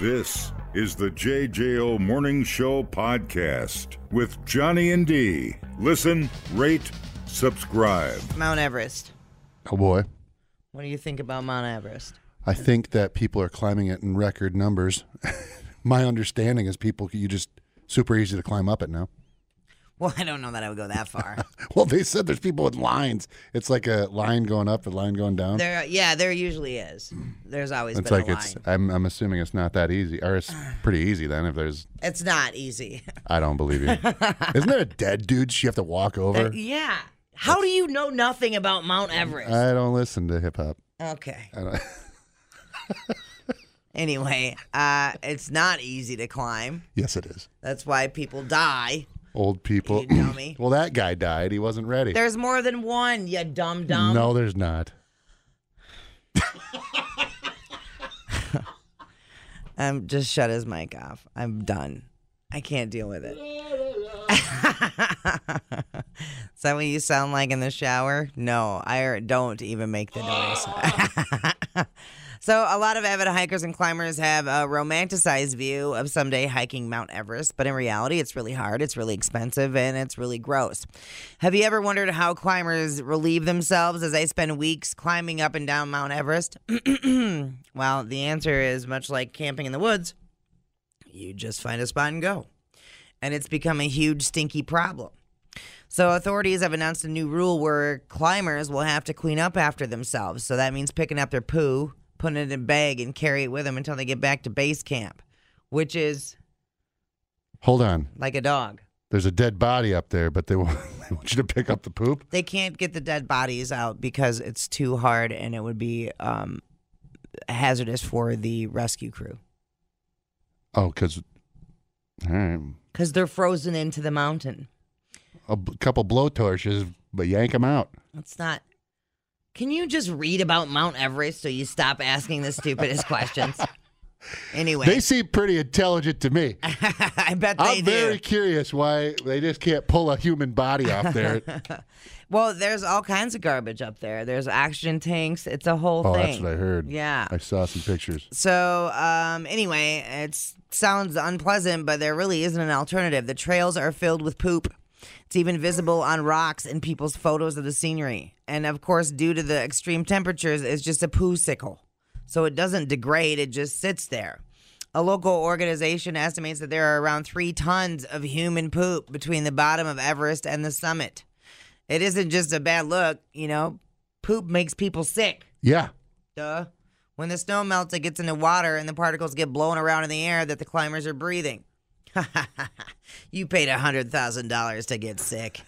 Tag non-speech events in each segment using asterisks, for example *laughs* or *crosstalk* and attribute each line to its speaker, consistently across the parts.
Speaker 1: This is the JJO Morning Show podcast with Johnny and D. Listen, rate, subscribe.
Speaker 2: Mount Everest.
Speaker 3: Oh boy.
Speaker 2: What do you think about Mount Everest?
Speaker 3: I think that people are climbing it in record numbers. *laughs* My understanding is people you just super easy to climb up it now.
Speaker 2: *laughs*
Speaker 3: *laughs*
Speaker 2: Well, I don't know that I would go that far.
Speaker 3: Well, they said there's people with lines. It's like a line going up, a line going down.
Speaker 2: there, yeah, there usually is. There's always
Speaker 3: it's
Speaker 2: been
Speaker 3: like
Speaker 2: a line. Ah.
Speaker 3: it's I'm I'm assuming it's not that easy. Or it's pretty easy then if there's
Speaker 2: It's not
Speaker 3: *laughs*
Speaker 2: easy.
Speaker 3: I
Speaker 2: *laughs*
Speaker 3: don't believe you. Isn't there a dead dude you have to walk over?
Speaker 2: yeah. How do you know nothing about Mount Everest?
Speaker 3: I don't listen to hip hop.
Speaker 2: okay.
Speaker 3: Uh, I don't *laughs*
Speaker 2: Anyway, uh, it's not easy to climb.
Speaker 3: Yes it is.
Speaker 2: That's why people die.
Speaker 3: Old people.
Speaker 2: You dummy.
Speaker 3: *laughs* well that guy died. He wasn't ready.
Speaker 2: There's more than one, you dumb dumb.
Speaker 3: no, there's not.
Speaker 2: Um, just shut his mic off. I'm done. I can't deal with it. *laughs* Is that what you sound like in the shower? No, I don't even make the *laughs* noise. so, a lot of avid hikers and climbers have a romanticized view of someday hiking Mount Everest, but in reality, it's really hard, it's really expensive, and it's really gross. Have you ever wondered how climbers relieve themselves as they spend weeks climbing up and down Mount Everest? *clears throat* Well, the answer is much like camping in the woods, you just find a spot and go. And it's become a huge stinky problem. So, authorities have announced a new rule where climbers will have to clean up after themselves. So, that means picking up their poo, putting it in a bag, and carry it with them until they get back to base camp, which is
Speaker 3: Hold on.
Speaker 2: like a dog.
Speaker 3: There's a dead body up there, but they *laughs* want, they want you to pick up the poop.
Speaker 2: They can't get the dead bodies out because it's too hard and it would be um, hazardous for the rescue crew
Speaker 3: Oh, because all right,
Speaker 2: because they're frozen into the mountain.
Speaker 3: a b- couple blow torches, but yank them out.
Speaker 2: It's not. Can you just read about Mount Everest so you stop asking the stupidest *laughs*
Speaker 3: *laughs*
Speaker 2: questions? Anyway,
Speaker 3: They seem pretty intelligent to me.
Speaker 2: *laughs* I bet they
Speaker 3: I'm
Speaker 2: do.
Speaker 3: very curious why they just can't pull a human body off
Speaker 2: *laughs*
Speaker 3: there.
Speaker 2: Well, there's all kinds of garbage up there. There's oxygen tanks. It's a whole
Speaker 3: oh,
Speaker 2: thing.
Speaker 3: that's what I heard.
Speaker 2: Yeah.
Speaker 3: I saw some pictures.
Speaker 2: So, um, anyway, it sounds unpleasant, but there really isn't an alternative. The trails are filled with poop. It's even visible on rocks in people's photos of the scenery. And of course, due to the extreme temperatures, it's just a poo sickle. So it doesn't degrade, it just sits there. A local organization estimates that there are around three tons of human poop between the bottom of Everest and the summit. It isn't just a bad look, you know, poop makes people sick.
Speaker 3: Yeah,
Speaker 2: Duh. When the snow melts, it gets into water and the particles get blown around in the air that the climbers are breathing. *laughs* you paid $100,000 to get sick.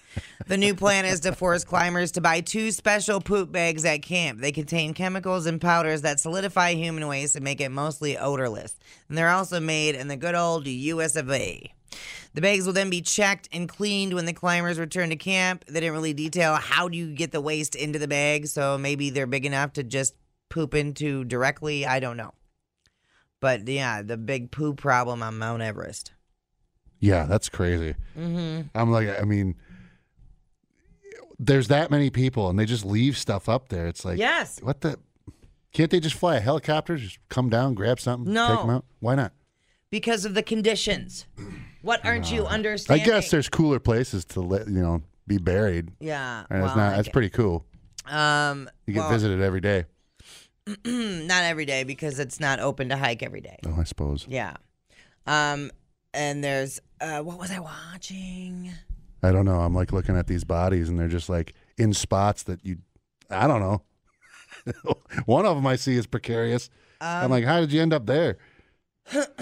Speaker 2: The new plan is to force climbers to buy two special poop bags at camp. They contain chemicals and powders that solidify human waste and make it mostly odorless. And they're also made in the good old US of A. The bags will then be checked and cleaned when the climbers return to camp. They didn't really detail how do you get the waste into the bag, so maybe they're big enough to just poop into directly. I don't know. But yeah, the big poo problem on Mount Everest.
Speaker 3: yeah, that's crazy. Mm-hmm. I'm like, I mean, there's that many people, and they just leave stuff up there. It's like,
Speaker 2: Yes.
Speaker 3: what the? Can't they just fly a helicopter? Just come down, grab something,
Speaker 2: No.
Speaker 3: take them out. Why not?
Speaker 2: Because of the conditions. What aren't you
Speaker 3: I
Speaker 2: understanding?
Speaker 3: guess there's cooler places to let you know be buried.
Speaker 2: Yeah.
Speaker 3: And
Speaker 2: well,
Speaker 3: it's not.
Speaker 2: I
Speaker 3: That's
Speaker 2: gue-
Speaker 3: pretty cool.
Speaker 2: Um,
Speaker 3: You get
Speaker 2: well,
Speaker 3: visited every day.
Speaker 2: not every day because it's not open to hike every day.
Speaker 3: Oh, I suppose.
Speaker 2: Yeah. Um, and there's uh, what was I watching?
Speaker 3: I don't know. I'm like looking at these bodies, and they're just like in spots that you. I don't know. *laughs* One of them I see is precarious.
Speaker 2: Um,
Speaker 3: I'm like, how did you end up there?
Speaker 2: *sighs*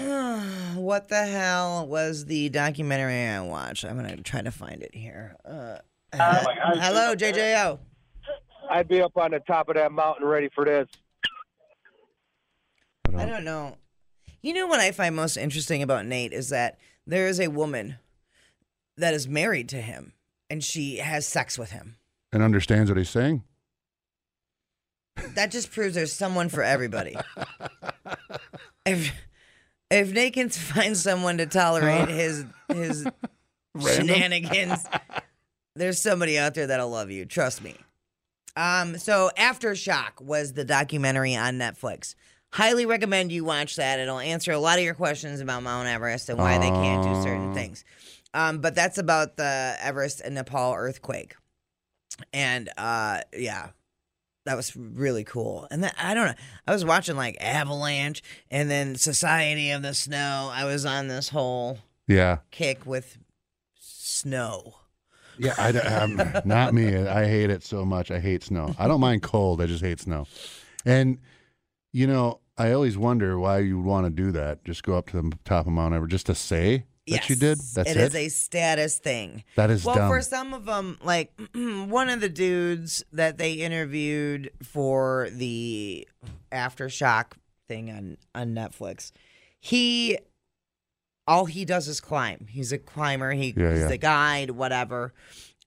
Speaker 2: what the hell was the documentary I watched? I'm gonna try to find it here. Uh, hello, JJO.
Speaker 4: I'd be up on the top of that mountain ready for this.
Speaker 2: I don't know. You know what I find most interesting about Nate is that there is a woman that is married to him, and she has sex with him.
Speaker 3: And understands what he's saying.
Speaker 2: That just proves there's someone for *laughs* everybody. if if Nate can find someone to tolerate his *laughs* his shenanigans, there's somebody out there that'll love you. Trust me. Um. So, aftershock was the documentary on Netflix. Highly recommend you watch that. It'll answer a lot of your questions about Mount Everest and why they can't do certain
Speaker 3: Oh.
Speaker 2: things. Um, but that's about the Everest and Nepal earthquake. And uh, yeah, that was really cool. And then, I don't know. I was watching like Avalanche and then Society of the Snow. I was on this whole
Speaker 3: Yeah.
Speaker 2: kick with snow.
Speaker 3: Yeah, I, am not me. I hate it so much. I hate snow. I don't mind cold. I just hate snow. And you know, I always wonder why you would want to do that. Just go up to the top of Mount Everest just to say that you did.
Speaker 2: Yes,
Speaker 3: That's it.
Speaker 2: it is a status thing.
Speaker 3: that is
Speaker 2: well,
Speaker 3: dumb.
Speaker 2: for some of them, like *clears throat* one of the dudes that they interviewed for the aftershock thing on on Netflix, he all he does is climb. He's a climber. He,
Speaker 3: Yeah,
Speaker 2: he's
Speaker 3: yeah.
Speaker 2: a guide, whatever.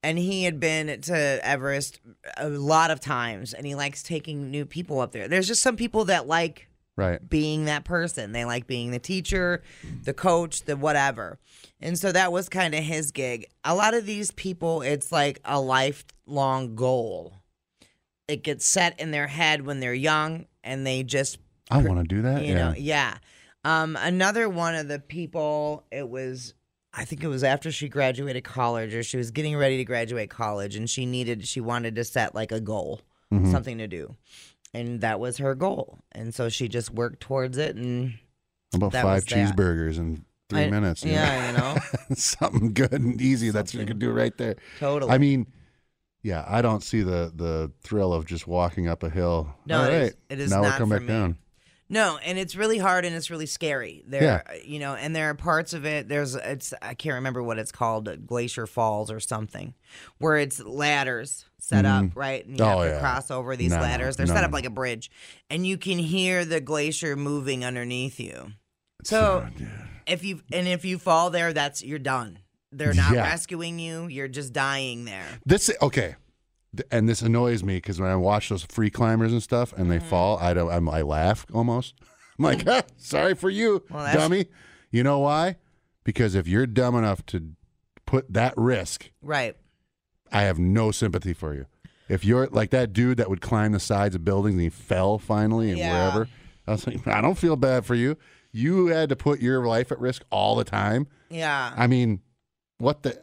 Speaker 2: And he had been to Everest a lot of times, and he likes taking new people up there. There's just some people that like
Speaker 3: right.
Speaker 2: being that person. They like being the teacher, the coach, the whatever. And so that was kind of his gig. A lot of these people, it's like a lifelong goal. It gets set in their head when they're young and they just,
Speaker 3: I want to do that.
Speaker 2: you
Speaker 3: Uh, yeah.
Speaker 2: know, yeah. Um, another one of the people, it was, I think it was after she graduated college or she was getting ready to graduate college and she needed, she wanted to set like a goal
Speaker 3: Mhm.
Speaker 2: something to do. And that was her goal. And so she just worked towards it and
Speaker 3: How about
Speaker 2: that
Speaker 3: five
Speaker 2: was that.
Speaker 3: cheeseburgers in three
Speaker 2: I-
Speaker 3: minutes? you know?
Speaker 2: Yeah, you know.
Speaker 3: *laughs* something good and easy. That's what you
Speaker 2: Something.
Speaker 3: can do right there.
Speaker 2: totally.
Speaker 3: I mean, yeah, I don't see the the thrill of just walking up a hill.
Speaker 2: No,
Speaker 3: All
Speaker 2: it
Speaker 3: right,
Speaker 2: is- it is
Speaker 3: now we'll
Speaker 2: not
Speaker 3: come
Speaker 2: for
Speaker 3: back
Speaker 2: me.
Speaker 3: down.
Speaker 2: no, and it's really hard and it's really scary. There you know, and there are parts of it there's it's I can't remember what it's called, Glacier Falls or something, where it's ladders set up, right? And you
Speaker 3: Oh,
Speaker 2: have to
Speaker 3: yeah.
Speaker 2: cross over these
Speaker 3: No, no,
Speaker 2: ladders. They're
Speaker 3: no,
Speaker 2: set
Speaker 3: no.
Speaker 2: up like a bridge and you can hear the glacier moving underneath you.
Speaker 3: It's-
Speaker 2: So-
Speaker 3: yeah.
Speaker 2: If you and if you fall there, that's you're done. They're not
Speaker 3: Yeah.
Speaker 2: rescuing you. You're just dying there.
Speaker 3: This okay, Th- and this annoys me because when I watch those free climbers and stuff, and
Speaker 2: Mm-hmm.
Speaker 3: they fall, I don't. I'm, I laugh almost. *laughs* I'm like, "Ha, sorry for you,
Speaker 2: Mm. Well, that's-
Speaker 3: dummy. You know why? Because if you're dumb enough to put that risk,
Speaker 2: Right.
Speaker 3: I have no sympathy for you. If you're like that dude that would climb the sides of buildings and he fell finally and
Speaker 2: Yeah.
Speaker 3: wherever, I was like, I don't feel bad for you. You had to put your life at risk all the time.
Speaker 2: Yeah.
Speaker 3: I mean, what the?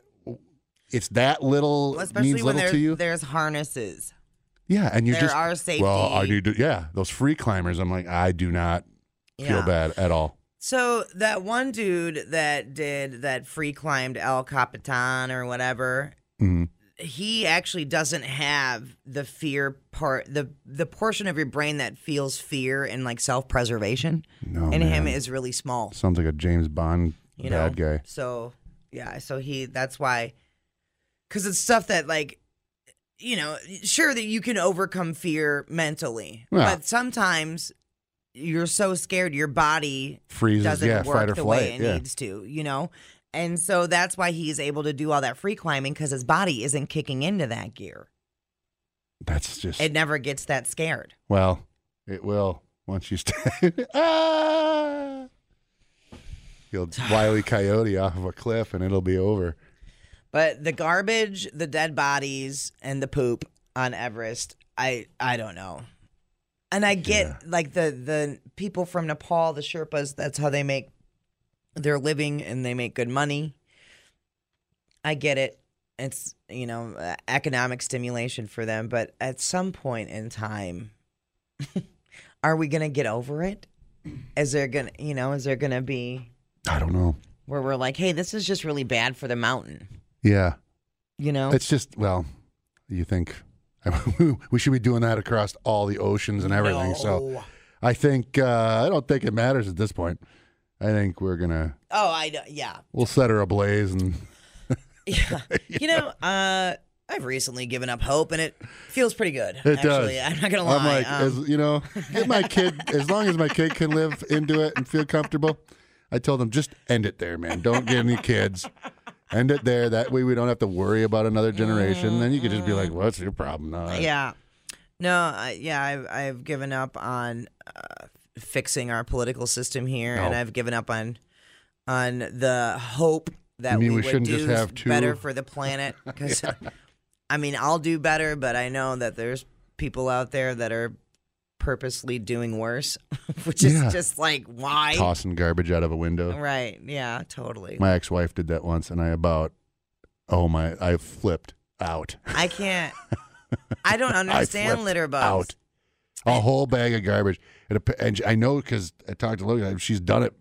Speaker 3: It's that little
Speaker 2: Well,
Speaker 3: means
Speaker 2: especially when
Speaker 3: little
Speaker 2: there's,
Speaker 3: to you.
Speaker 2: there's harnesses.
Speaker 3: Yeah, and you
Speaker 2: there
Speaker 3: just
Speaker 2: are safety.
Speaker 3: well, I need to. Yeah, those free climbers. I'm like, I do not feel
Speaker 2: Yeah.
Speaker 3: bad at all.
Speaker 2: So that one dude that did that free climbed El Capitan or whatever,
Speaker 3: Mhm.
Speaker 2: he actually doesn't have the fear part, the the portion of your brain that feels fear and like self preservation
Speaker 3: No,
Speaker 2: in him
Speaker 3: Oh, man.
Speaker 2: is really small.
Speaker 3: sounds like a James Bond
Speaker 2: You
Speaker 3: bad
Speaker 2: know,
Speaker 3: guy.
Speaker 2: so yeah, so he that's why, because it's stuff that like. You know, sure that you can overcome fear mentally,
Speaker 3: Yeah.
Speaker 2: but sometimes you're so scared your body
Speaker 3: Freezes.
Speaker 2: doesn't
Speaker 3: yeah,
Speaker 2: work
Speaker 3: fight or
Speaker 2: the
Speaker 3: flight.
Speaker 2: way it
Speaker 3: yeah,
Speaker 2: needs to, you know? And so that's why he's able to do all that free climbing because his body isn't kicking into that gear.
Speaker 3: that's just
Speaker 2: It never gets that scared.
Speaker 3: well, it will once you start. *laughs* ah!
Speaker 2: *sighs*
Speaker 3: You'll wily coyote off of a cliff and it'll be over.
Speaker 2: But the garbage, the dead bodies, and the poop on Everest, I I don't know. And I get
Speaker 3: Yeah.
Speaker 2: like the the people from Nepal, the Sherpas, that's how they make their living and they make good money. I get it. It's, you know, uh, economic stimulation for them, but at some point in time *laughs* are we going to get over it? Is there going to, you know, is there going to be
Speaker 3: I don't know.
Speaker 2: where we're like, "Hey, this is just really bad for the mountain."
Speaker 3: Yeah,
Speaker 2: You know?
Speaker 3: it's just well, you think *laughs* we should be doing that across all the oceans and everything. So.
Speaker 2: No.
Speaker 3: I think uh, I don't think it matters at this point. I think we're gonna
Speaker 2: Oh, I know. Yeah. *laughs*
Speaker 3: we'll set her ablaze and *laughs*
Speaker 2: Yeah. you know, uh, I've recently given up hope and it feels pretty good.
Speaker 3: It does.
Speaker 2: actually. I'm not going to lie.
Speaker 3: I'm like,
Speaker 2: Um,
Speaker 3: as, you know, get
Speaker 2: *laughs*
Speaker 3: my kid as long as my kid can live into it and feel comfortable. I told them just end it there, man. Don't get any kids. End it there. That way we don't have to worry about another generation. Then you could just be like, "What's your problem?" No, I-
Speaker 2: Mm-hmm. yeah. No, I, yeah, I've, I've given up on uh, fixing our political system here and
Speaker 3: No.
Speaker 2: I've given up on on the hope that
Speaker 3: You mean
Speaker 2: we,
Speaker 3: we
Speaker 2: would
Speaker 3: shouldn't
Speaker 2: do
Speaker 3: just have two-
Speaker 2: better for the
Speaker 3: *laughs*
Speaker 2: planet cuz I mean, I'll do better, but I know that there's people out there that are purposely doing worse, *laughs* which is
Speaker 3: Yeah.
Speaker 2: just like why?
Speaker 3: tossing garbage out of a window.
Speaker 2: Right. Yeah, totally.
Speaker 3: My ex-wife did that once, and I about, oh my, I flipped out.
Speaker 2: I can't I
Speaker 3: *laughs*
Speaker 2: don't understand
Speaker 3: flipped
Speaker 2: litter bugs.
Speaker 3: Out, a whole bag of garbage, and, a, and I know because I talked to Logan. She's done it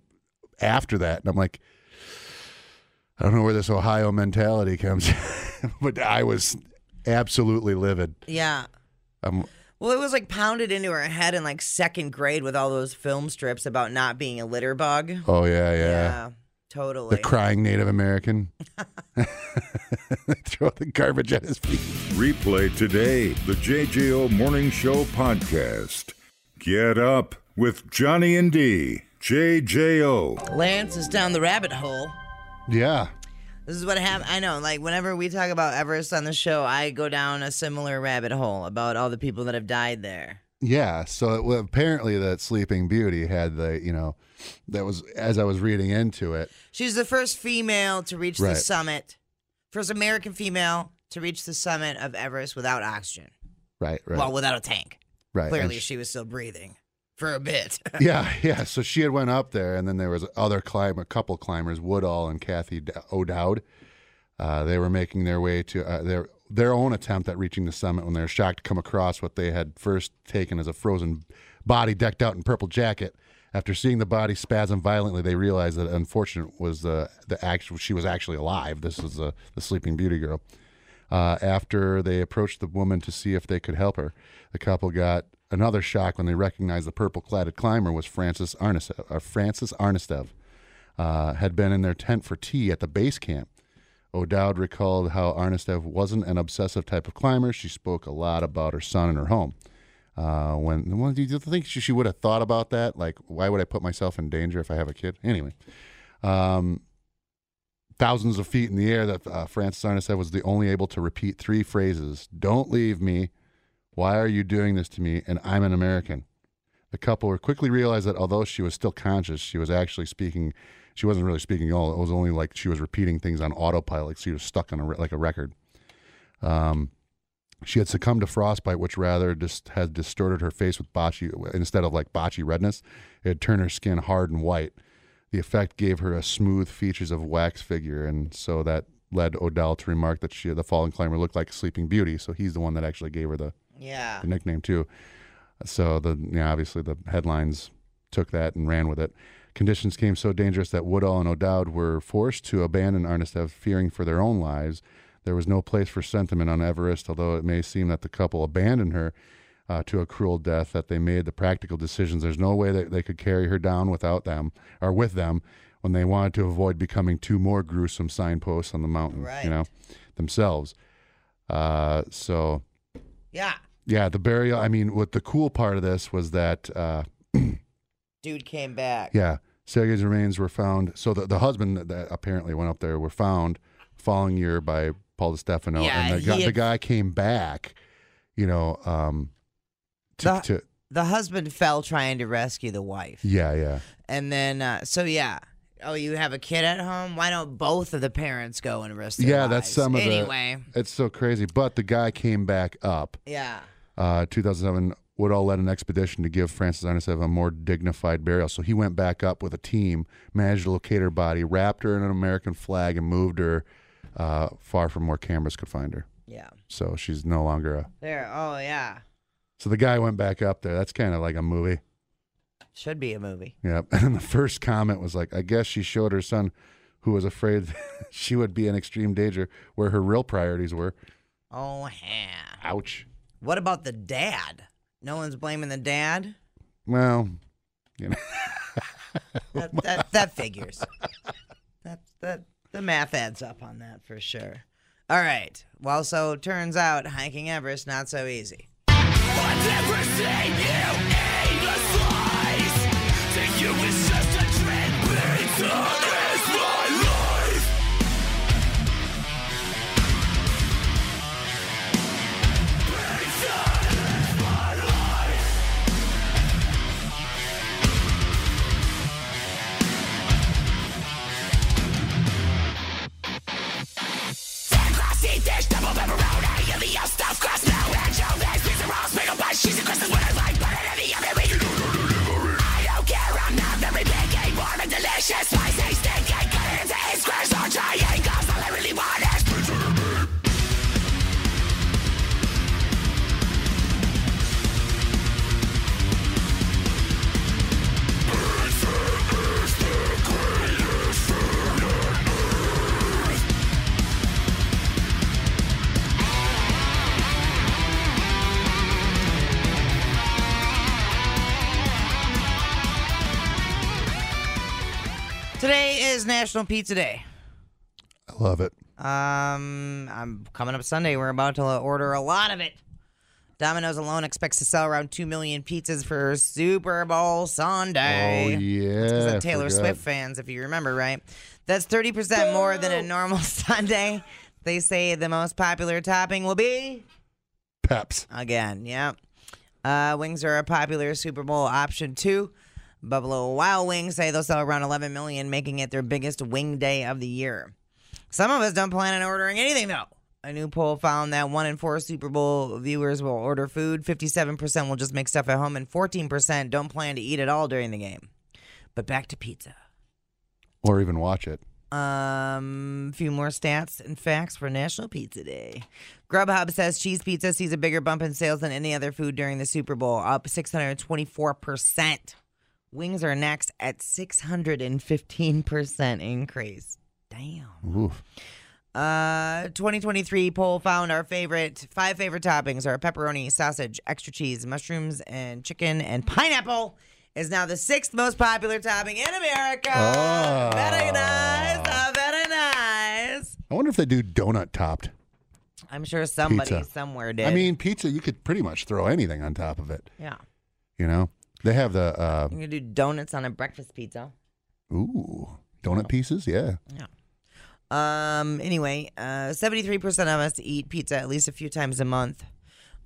Speaker 3: after that, and I'm like, I don't know where this Ohio mentality comes, *laughs* but I was absolutely livid.
Speaker 2: Yeah.
Speaker 3: I'm,
Speaker 2: Well, it was like pounded into her head in like second grade with all those film strips about not being a litter bug.
Speaker 3: oh yeah, yeah.
Speaker 2: totally.
Speaker 3: The crying Native American.
Speaker 2: *laughs*
Speaker 3: They Throw the garbage at his feet.
Speaker 1: Replay today the JJO Morning Show podcast. Get up with Johnny and D. JJO.
Speaker 2: Lance is down the rabbit hole.
Speaker 3: Yeah.
Speaker 2: This is what happened. I know, like, whenever we talk about Everest on the show, I go down a similar rabbit hole about all the people that have died there.
Speaker 3: Yeah, so it, well, apparently that Sleeping Beauty had the you know that was as I was reading into it.
Speaker 2: She's the first female to reach the
Speaker 3: Right.
Speaker 2: summit, first American female to reach the summit of Everest without oxygen.
Speaker 3: Right, right,
Speaker 2: Well, without a tank.
Speaker 3: right. and
Speaker 2: Clearly,
Speaker 3: sh-
Speaker 2: she was still breathing for a bit. *laughs*
Speaker 3: *laughs* yeah, yeah. So she had went up there, and then there was other climb, a couple climbers, Woodall and Kathy D- O'Dowd. Uh, they were making their way to uh, their their own attempt at reaching the summit when they were shocked to come across what they had first taken as a frozen body decked out in purple jacket. After seeing the body spasm violently, they realized that unfortunate was the the actual she was actually alive. This is the the Sleeping Beauty girl. uh, after they approached the woman to see if they could help her. The couple got another shock when they recognized the purple cladded climber was Francis Arnestev. Uh, Francis Arnestev uh, had been in their tent for tea at the base camp. O'Dowd recalled how Arnestev wasn't an obsessive type of climber. She spoke a lot about her son and her home. Uh, when well, do you think she, she would have thought about that? Like, why would I put myself in danger if I have a kid? Anyway, um, thousands of feet in the air that uh, Francis Arna said was the only able to repeat three phrases Don't leave me. Why are you doing this to me? And I'm an American. The couple were quickly realized that although she was still conscious, she was actually speaking. She wasn't really speaking at all. It was only like she was repeating things on autopilot. Like she was stuck on a, re- like a record. Um, she had succumbed to frostbite, which rather just had distorted her face with botchy instead of like botchy redness. It had turned her skin hard and white. The effect gave her a smooth features of wax figure, and so that led Odell to remark that she, the fallen climber, looked like Sleeping Beauty. So he's the one that actually gave her the,
Speaker 2: yeah.
Speaker 3: the nickname too. So the you know, obviously the headlines took that and ran with it. Conditions came so dangerous that Woodall and O'Dowd were forced to abandon Arnestev, fearing for their own lives. There was no place for sentiment on Everest, although it may seem that the couple abandoned her uh, to a cruel death. That they made the practical decisions. There's no way that they could carry her down without them or with them when they wanted to avoid becoming two more gruesome signposts on the mountain.
Speaker 2: Right.
Speaker 3: You know, themselves. Uh, so
Speaker 2: Yeah.
Speaker 3: yeah, the burial. I mean, what the cool part of this was that, uh,
Speaker 2: Dude came back.
Speaker 3: yeah, Sergei's remains were found. So the, the husband that, that apparently went up there were found following year by Paul Stefano,
Speaker 2: Yeah,
Speaker 3: and the
Speaker 2: he
Speaker 3: guy,
Speaker 2: had-
Speaker 3: the guy came back, you know, um, to,
Speaker 2: The-
Speaker 3: to
Speaker 2: The husband fell trying to rescue the wife.
Speaker 3: yeah, yeah,
Speaker 2: And then, uh, so yeah. Oh, you have a kid at home? Why don't both of the parents go and risk their
Speaker 3: yeah. That's
Speaker 2: lives?
Speaker 3: some of the.
Speaker 2: Anyway,
Speaker 3: It's so crazy, but the guy came back up.
Speaker 2: yeah.
Speaker 3: Uh, 2007, Woodall led an expedition to give Frances Arnasev a more dignified burial. So he went back up with a team, managed to locate her body, wrapped her in an American flag, and moved her uh, far from where cameras could find her.
Speaker 2: Yeah.
Speaker 3: So she's no longer a.
Speaker 2: There. Oh, yeah.
Speaker 3: So the guy went back up there. That's kind of like a movie.
Speaker 2: Should be a movie.
Speaker 3: Yep. *laughs* And the first comment was like, I guess she showed her son, who was afraid *laughs* she would be in extreme danger, where her real priorities were.
Speaker 2: Oh, yeah.
Speaker 3: Ouch.
Speaker 2: What about the dad? No one's blaming the
Speaker 3: *laughs*
Speaker 2: dad?
Speaker 3: Well, Oh
Speaker 2: That, that, that figures. That, that, the math adds up on that for sure. All right. Well, so turns out hiking Everest, not so easy.
Speaker 5: She's a crystal, what I like, but I love the Bitches, spicy, stinking, cutting into squares or triangles. All I really want is pizza and meat.
Speaker 2: Today is National Pizza Day.
Speaker 3: I love it.
Speaker 2: Um, I'm coming up Sunday. We're about to order a lot of it. Domino's alone expects to sell around two million pizzas for Super Bowl Sunday.
Speaker 3: Oh yeah.
Speaker 2: Because of
Speaker 3: I
Speaker 2: Taylor
Speaker 3: forgot.
Speaker 2: Swift fans, if you remember right. That's 30% more than a normal *laughs* Sunday. They say the most popular topping will be
Speaker 3: Peps.
Speaker 2: again, yeah. Uh, wings are a popular Super Bowl option too. Buffalo Wild Wings say they'll sell around 11 million, making it their biggest wing day of the year. Some of us don't plan on ordering anything though. A new poll found that one in four Super Bowl viewers will order food. 57% will just make stuff at home, and 14% don't plan to eat at all during the game. But back to pizza.
Speaker 3: Or even watch it.
Speaker 2: Um, a few more stats and facts for National Pizza Day. Grubhub says cheese pizza sees a bigger bump in sales than any other food during the Super Bowl, up 624%. Wings are next at 615% increase. Damn.
Speaker 3: Oof.
Speaker 2: Uh, 2023 poll found our favorite five favorite toppings are pepperoni, sausage, extra cheese, mushrooms, and chicken, and pineapple is now the sixth most popular topping in America.
Speaker 3: Ah.
Speaker 2: Very nice. uh, very nice.
Speaker 3: I wonder if they do donut topped.
Speaker 2: I'm sure somebody
Speaker 3: Pizza.
Speaker 2: somewhere did.
Speaker 3: I mean, pizza. You could pretty much throw anything on top of it.
Speaker 2: yeah.
Speaker 3: You know, they have the uh,
Speaker 2: I'm gonna do donuts on a breakfast pizza.
Speaker 3: ooh donut pieces. Yeah.
Speaker 2: Um. Anyway, uh, seventy-three percent of us eat pizza at least a few times a month.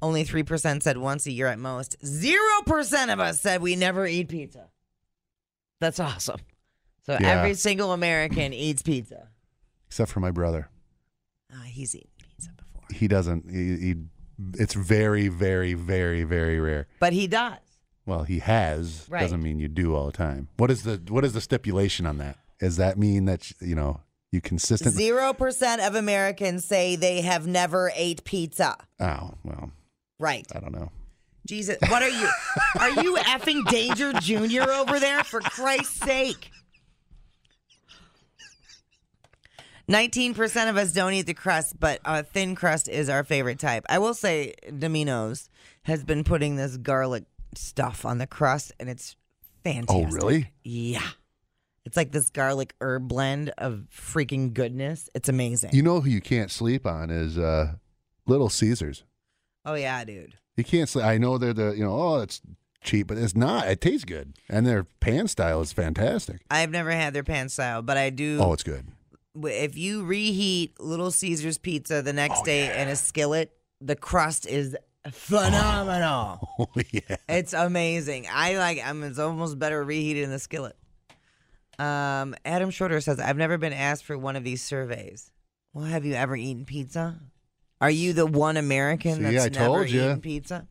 Speaker 2: Only three percent said once a year at most. Zero percent of us said we never eat pizza. That's awesome. So
Speaker 3: Yeah.
Speaker 2: every single American eats pizza.
Speaker 3: Except for my brother.
Speaker 2: Uh, he's eaten pizza before,
Speaker 3: He doesn't. He, he. It's very, very, very, very rare.
Speaker 2: but he does.
Speaker 3: Well, he has
Speaker 2: Right.
Speaker 3: doesn't mean you do all the time. What is the what is the stipulation on that? Does that mean that you know you consistently?
Speaker 2: Zero percent of Americans say they have never ate pizza.
Speaker 3: oh well,
Speaker 2: Right.
Speaker 3: I don't know.
Speaker 2: Jesus, what are you? Are you effing Danger Junior over there? For Christ's sake! Nineteen percent of us don't eat the crust, but uh, thin crust is our favorite type. I will say, Domino's has been putting this garlic stuff on the crust, and it's
Speaker 3: Oh
Speaker 2: fantastic.
Speaker 3: really?
Speaker 2: Yeah, it's like this garlic herb blend of freaking goodness. It's amazing.
Speaker 3: You know who you can't sleep on is uh, Little Caesars.
Speaker 2: oh yeah, dude.
Speaker 3: You can't sleep. I know they're the you know oh it's cheap, but it's not. It tastes good, and their pan style is fantastic.
Speaker 2: I've never had their pan style, but I do.
Speaker 3: Oh,
Speaker 2: *laughs*
Speaker 3: it's good.
Speaker 2: w- if you reheat Little Caesar's pizza the next day in a skillet, the crust is phenomenal.
Speaker 3: Oh yeah.
Speaker 2: *laughs* it's amazing. I like. I mean, it's almost better reheated in the skillet. Um, Adam Schroeder says, "I've never been asked for one of these surveys. Well, have you ever eaten pizza? Are you the one American
Speaker 3: See,
Speaker 2: that's
Speaker 3: I
Speaker 2: never
Speaker 3: told ya.
Speaker 2: eaten pizza?"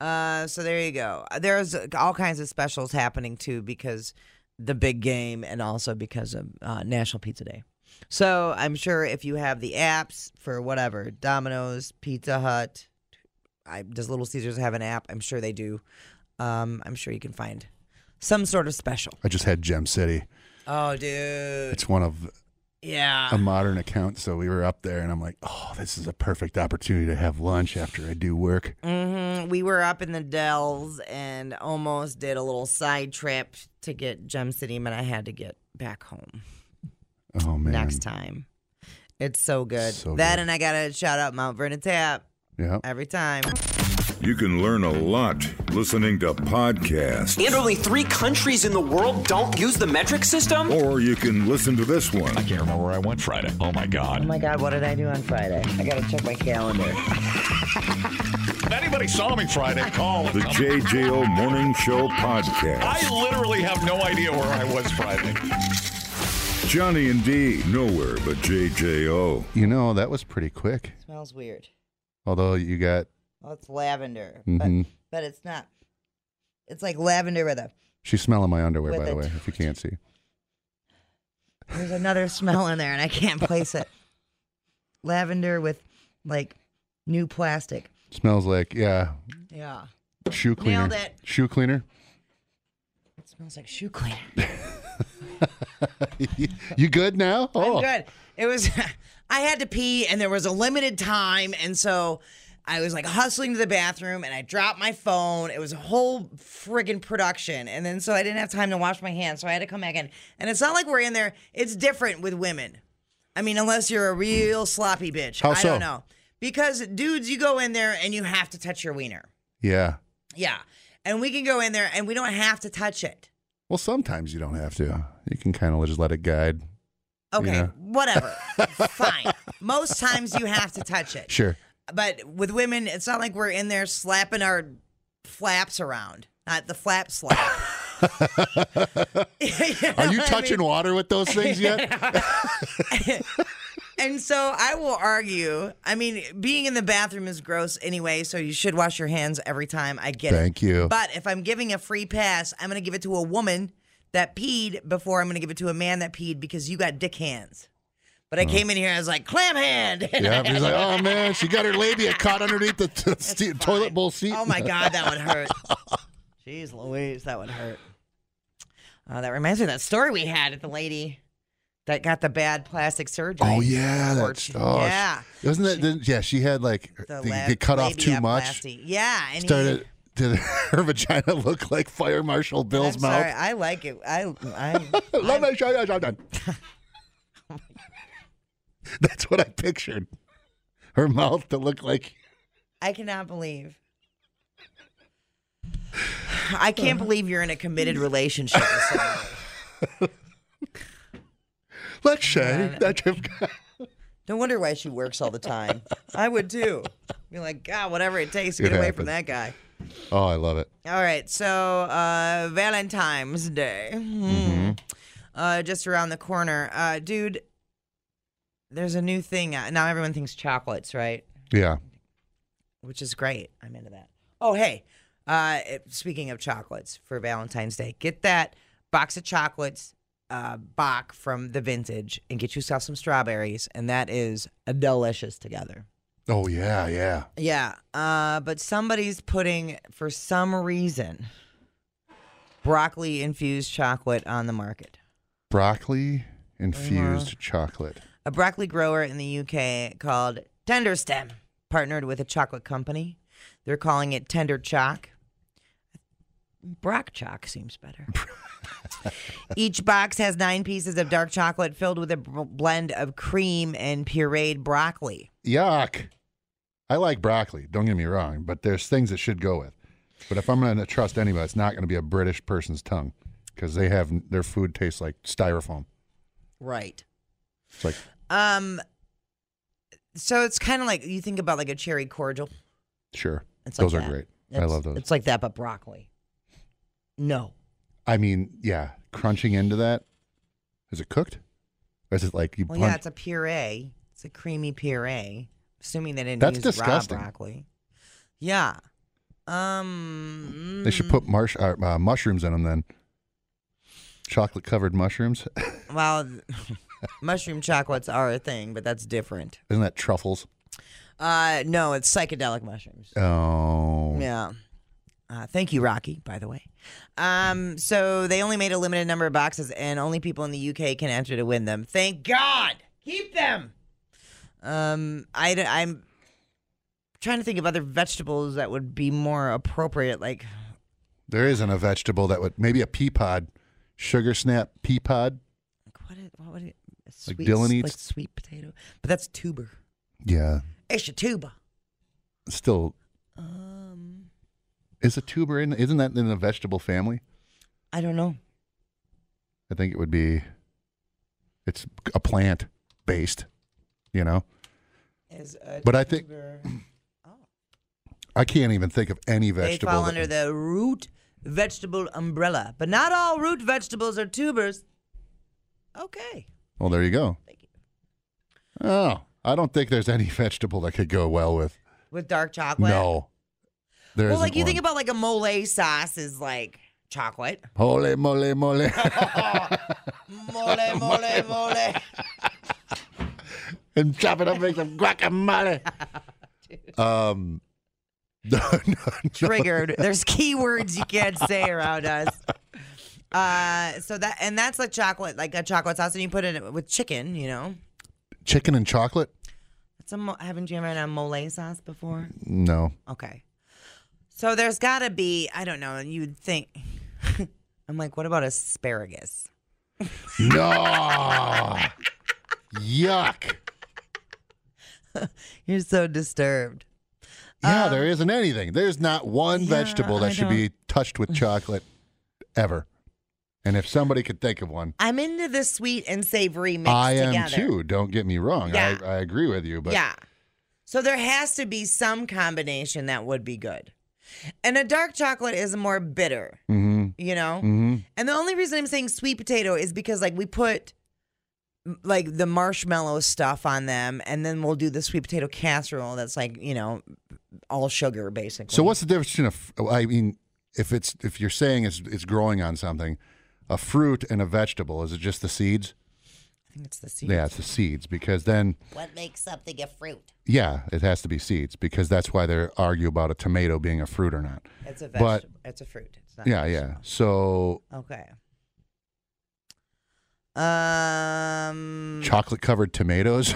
Speaker 2: Uh, so there you go. There's uh, all kinds of specials happening too because the big game and also because of uh, National Pizza Day. So I'm sure if you have the apps for whatever Domino's, Pizza Hut, I, does Little Caesars have an app? I'm sure they do. Um, I'm sure you can find some sort of special.
Speaker 3: I just had Gem City.
Speaker 2: Oh, dude,
Speaker 3: It's um, one of
Speaker 2: yeah.
Speaker 3: a modern account, so we were up there, and I'm like, oh, this is a perfect opportunity to have lunch after I do work.
Speaker 2: hmm We were up in the Dells and almost did a little side trip to get Gem City, but I had to get back home
Speaker 3: Oh man.
Speaker 2: next time. It's so good.
Speaker 3: So
Speaker 2: that
Speaker 3: good.
Speaker 2: and I gotta shout out Mount Vernon Tap
Speaker 3: Yeah.
Speaker 2: every time.
Speaker 1: You can learn a lot listening to podcasts,
Speaker 6: And only three countries in the world don't use the metric system?
Speaker 1: or you can listen to this one.
Speaker 7: Can't remember where I went Friday. Oh my
Speaker 2: Oh
Speaker 7: God.
Speaker 2: my God, what did I do on Friday? I gotta check my calendar.
Speaker 7: If anybody saw me Friday, call.
Speaker 1: The JJO Morning Show podcast.
Speaker 7: I literally have no idea where I was Friday.
Speaker 1: Johnny and D, nowhere but JJO.
Speaker 3: You know that was pretty quick.
Speaker 2: smells weird.
Speaker 3: Although you got
Speaker 2: Well, it's lavender,
Speaker 3: Mhm.
Speaker 2: but, but it's not. It's like lavender with a
Speaker 3: she's smelling my underwear,
Speaker 2: With
Speaker 3: by the
Speaker 2: a
Speaker 3: way, if you can't see.
Speaker 2: There's another smell in there, and I can't place it. Lavender with like new plastic.
Speaker 3: Smells like yeah,
Speaker 2: Yeah,
Speaker 3: shoe cleaner.
Speaker 2: Nailed it.
Speaker 3: Shoe
Speaker 2: *laughs*
Speaker 3: cleaner.
Speaker 2: it smells like shoe cleaner.
Speaker 3: You good now? Oh,
Speaker 2: I'm good. It was *laughs* I had to pee and there was a limited time and so I was like hustling to the bathroom and I dropped my phone. It was a whole friggin' production. And then so I didn't have time to wash my hands. So I had to come back in. And it's not like we're in there. It's different with women. I mean, unless you're a real sloppy bitch.
Speaker 3: How
Speaker 2: I
Speaker 3: so?
Speaker 2: don't know. Because dudes, you go in there and you have to touch your wiener.
Speaker 3: Yeah.
Speaker 2: Yeah. And we can go in there and we don't have to touch it.
Speaker 3: Well, sometimes you don't have to. You can kind of just let it guide.
Speaker 2: Okay,
Speaker 3: Yeah. *laughs*
Speaker 2: whatever. Fine. Most times you have to touch it.
Speaker 3: Sure.
Speaker 2: but with women, it's not like we're in there slapping our flaps around. Not the flap
Speaker 3: *laughs*
Speaker 2: slap. *laughs*
Speaker 3: Are you touching water with those
Speaker 2: *laughs*
Speaker 3: things yet?
Speaker 2: And so I will argue. I mean, being in the bathroom is gross anyway, so you should wash your hands every time. I get it.
Speaker 3: Thank you.
Speaker 2: But if I'm giving a free pass, I'm going to give it to a woman that peed before I'm going to give it to a man that peed because you got dick hands. But I
Speaker 3: Mm.
Speaker 2: came in here, I was like, clam hand. *laughs*
Speaker 3: yeah. He's like, oh man, she got her labia caught underneath the t- ste- toilet bowl seat.
Speaker 2: Oh my God, that would
Speaker 3: *laughs*
Speaker 2: hurt. Jeez Louise, that would hurt. Uh, that reminds me of that story we had at the lady that got the bad plastic surgery.
Speaker 3: Oh yeah,
Speaker 2: Or
Speaker 3: that's
Speaker 2: she-
Speaker 3: oh, she-
Speaker 2: yeah.
Speaker 3: Wasn't that? didn't- yeah, she had like
Speaker 2: The
Speaker 3: they,
Speaker 2: lab-
Speaker 3: they cut off too much.
Speaker 2: labiaplasty. Yeah, and he-
Speaker 3: Started. Did *laughs* her vagina look like Fire Marshal
Speaker 2: I'm
Speaker 3: Bill's mouth?
Speaker 2: sorry, I like it. I, I
Speaker 3: *laughs* Let me show
Speaker 2: *laughs*
Speaker 3: you something.
Speaker 2: Oh,
Speaker 3: That's what I pictured. Her mouth to look like.
Speaker 2: I cannot believe. I can't
Speaker 3: Uh-huh.
Speaker 2: believe you're in a committed relationship with someone.
Speaker 3: Let's say that you've got.
Speaker 2: No wonder why she works all the time. I would too. Be like, God, whatever it takes to
Speaker 3: It
Speaker 2: get away from
Speaker 3: happened.
Speaker 2: that guy.
Speaker 3: Oh, I love it.
Speaker 2: All right, so uh, Valentine's Day, Hmm. uh, just around the corner, uh, dude. There's a new thing out- now. Everyone thinks chocolates, right?
Speaker 3: Yeah.
Speaker 2: Which is great. I'm into that. Oh, hey. Uh, it- speaking of chocolates for Valentine's Day, get that box of chocolates, uh, Bach from the Vintage, and get yourself some strawberries, and that is delicious together.
Speaker 3: Oh yeah, yeah.
Speaker 2: Yeah, uh, but somebody's putting, for some reason, broccoli infused chocolate on the market.
Speaker 3: Broccoli infused
Speaker 2: Mm-hmm.
Speaker 3: chocolate.
Speaker 2: A broccoli grower in the UK called Tenderstem partnered with a chocolate company. They're calling it Tender Chalk. Brock Chalk seems better. Each box has nine pieces of dark chocolate filled with a br- blend of cream and pureed broccoli.
Speaker 3: Yuck. I like broccoli. Don't get me wrong, but there's things it should go with. But if I'm going to trust anybody, it's not going to be a British person's tongue because they have their food tastes like styrofoam.
Speaker 2: Right.
Speaker 3: It's like
Speaker 2: Um. So it's kind of like you think about like a cherry cordial.
Speaker 3: sure,
Speaker 2: It's like
Speaker 3: those
Speaker 2: that.
Speaker 3: are great. I
Speaker 2: It's-
Speaker 3: love those.
Speaker 2: It's like that, but broccoli. No.
Speaker 3: I mean, yeah, crunching into that. Is it cooked? Or is it like you
Speaker 2: Well, yeah,
Speaker 3: punch?
Speaker 2: it's a puree. It's a creamy puree. Assuming they didn't
Speaker 3: That's
Speaker 2: use
Speaker 3: disgusting.
Speaker 2: raw broccoli. Yeah. Um.
Speaker 3: they should put marsh, uh, uh, mushrooms in them then. Chocolate covered mushrooms. *laughs*
Speaker 2: mm, Well, *laughs* mushroom chocolates are a thing, but that's different.
Speaker 3: Isn't that truffles?
Speaker 2: Uh, no, it's psychedelic mushrooms.
Speaker 3: Oh.
Speaker 2: Yeah. Uh, thank you, Rocky, by the way. Um, so they only made a limited number of boxes, and only people in the UK can enter to win them. Thank God. Keep them. Um, I, am trying to think of other vegetables that would be more appropriate. Like,
Speaker 3: There isn't a vegetable that would, maybe a pea pod, sugar snap pea pod.
Speaker 2: like what, is, what would it
Speaker 3: Like
Speaker 2: sweet,
Speaker 3: Dylan
Speaker 2: like
Speaker 3: eats-
Speaker 2: sweet potato, but that's tuber.
Speaker 3: Yeah.
Speaker 2: It's a tuber.
Speaker 3: Still,
Speaker 2: Um,
Speaker 3: is a tuber in, isn't that in a vegetable family?
Speaker 2: I don't know.
Speaker 3: I think it would be, it's a plant based, you know?
Speaker 2: Is a
Speaker 3: But I think- Oh.
Speaker 2: tuber-
Speaker 3: I can't even think of any
Speaker 2: They
Speaker 3: vegetable.
Speaker 2: fall
Speaker 3: that-
Speaker 2: under the root vegetable umbrella, but not all root vegetables are tubers. Okay.
Speaker 3: Well, there you go.
Speaker 2: Thank you.
Speaker 3: Oh, I don't think there's any *laughs* vegetable that could go well with.
Speaker 2: With dark chocolate.
Speaker 3: No. There
Speaker 2: Well,
Speaker 3: isn't
Speaker 2: like you think
Speaker 3: one.
Speaker 2: about like a mole sauce is like chocolate.
Speaker 3: *laughs* Holy moly moly.
Speaker 2: Mole
Speaker 3: *laughs*
Speaker 2: mole, mole, mole.
Speaker 3: and chop it up, make some guacamole. *laughs* um, no, no, no.
Speaker 2: Triggered. There's keywords you can't say around
Speaker 3: *laughs*
Speaker 2: us. Uh, so that and that's like chocolate, like a chocolate sauce, and you put it with chicken. You know,
Speaker 3: chicken and chocolate?
Speaker 2: it's a mo- haven't you ever had a mole sauce before?
Speaker 3: No,
Speaker 2: Okay. So there's got to be, I don't know, you'd think. *laughs* I'm like, what about asparagus?
Speaker 3: no, yuck.
Speaker 2: You're so disturbed.
Speaker 3: Yeah, there isn't anything. There's not one
Speaker 2: Um, yeah,
Speaker 3: vegetable that
Speaker 2: I
Speaker 3: should be touched with chocolate ever. And if somebody could think of one,
Speaker 2: I'm into the sweet and savory mixed
Speaker 3: I am
Speaker 2: together.
Speaker 3: too. Don't get me wrong.
Speaker 2: Yeah.
Speaker 3: I, I agree with you, but
Speaker 2: Yeah. So there has to be some combination that would be good. And a dark chocolate is more bitter,
Speaker 3: Mhm,
Speaker 2: you know?
Speaker 3: mhm.
Speaker 2: And the only reason I'm saying sweet potato is because like we put m- like the marshmallow stuff on them and then we'll do the sweet potato casserole that's like, you know, all sugar basically.
Speaker 3: So what's the difference between a? f- I mean, if it's if you're saying it's it's growing on something, a fruit and a vegetable, is it just the seeds?
Speaker 2: I think it's the seed.
Speaker 3: Yeah, it's the seeds because then
Speaker 2: What makes something a fruit?
Speaker 3: yeah, it has to be seeds because that's why they argue about a tomato being a fruit or not.
Speaker 2: It's a
Speaker 3: But-
Speaker 2: vegetable. it's a fruit. It's not a
Speaker 3: Yeah, yeah. So
Speaker 2: vegetable. Okay. Um
Speaker 3: chocolate covered tomatoes.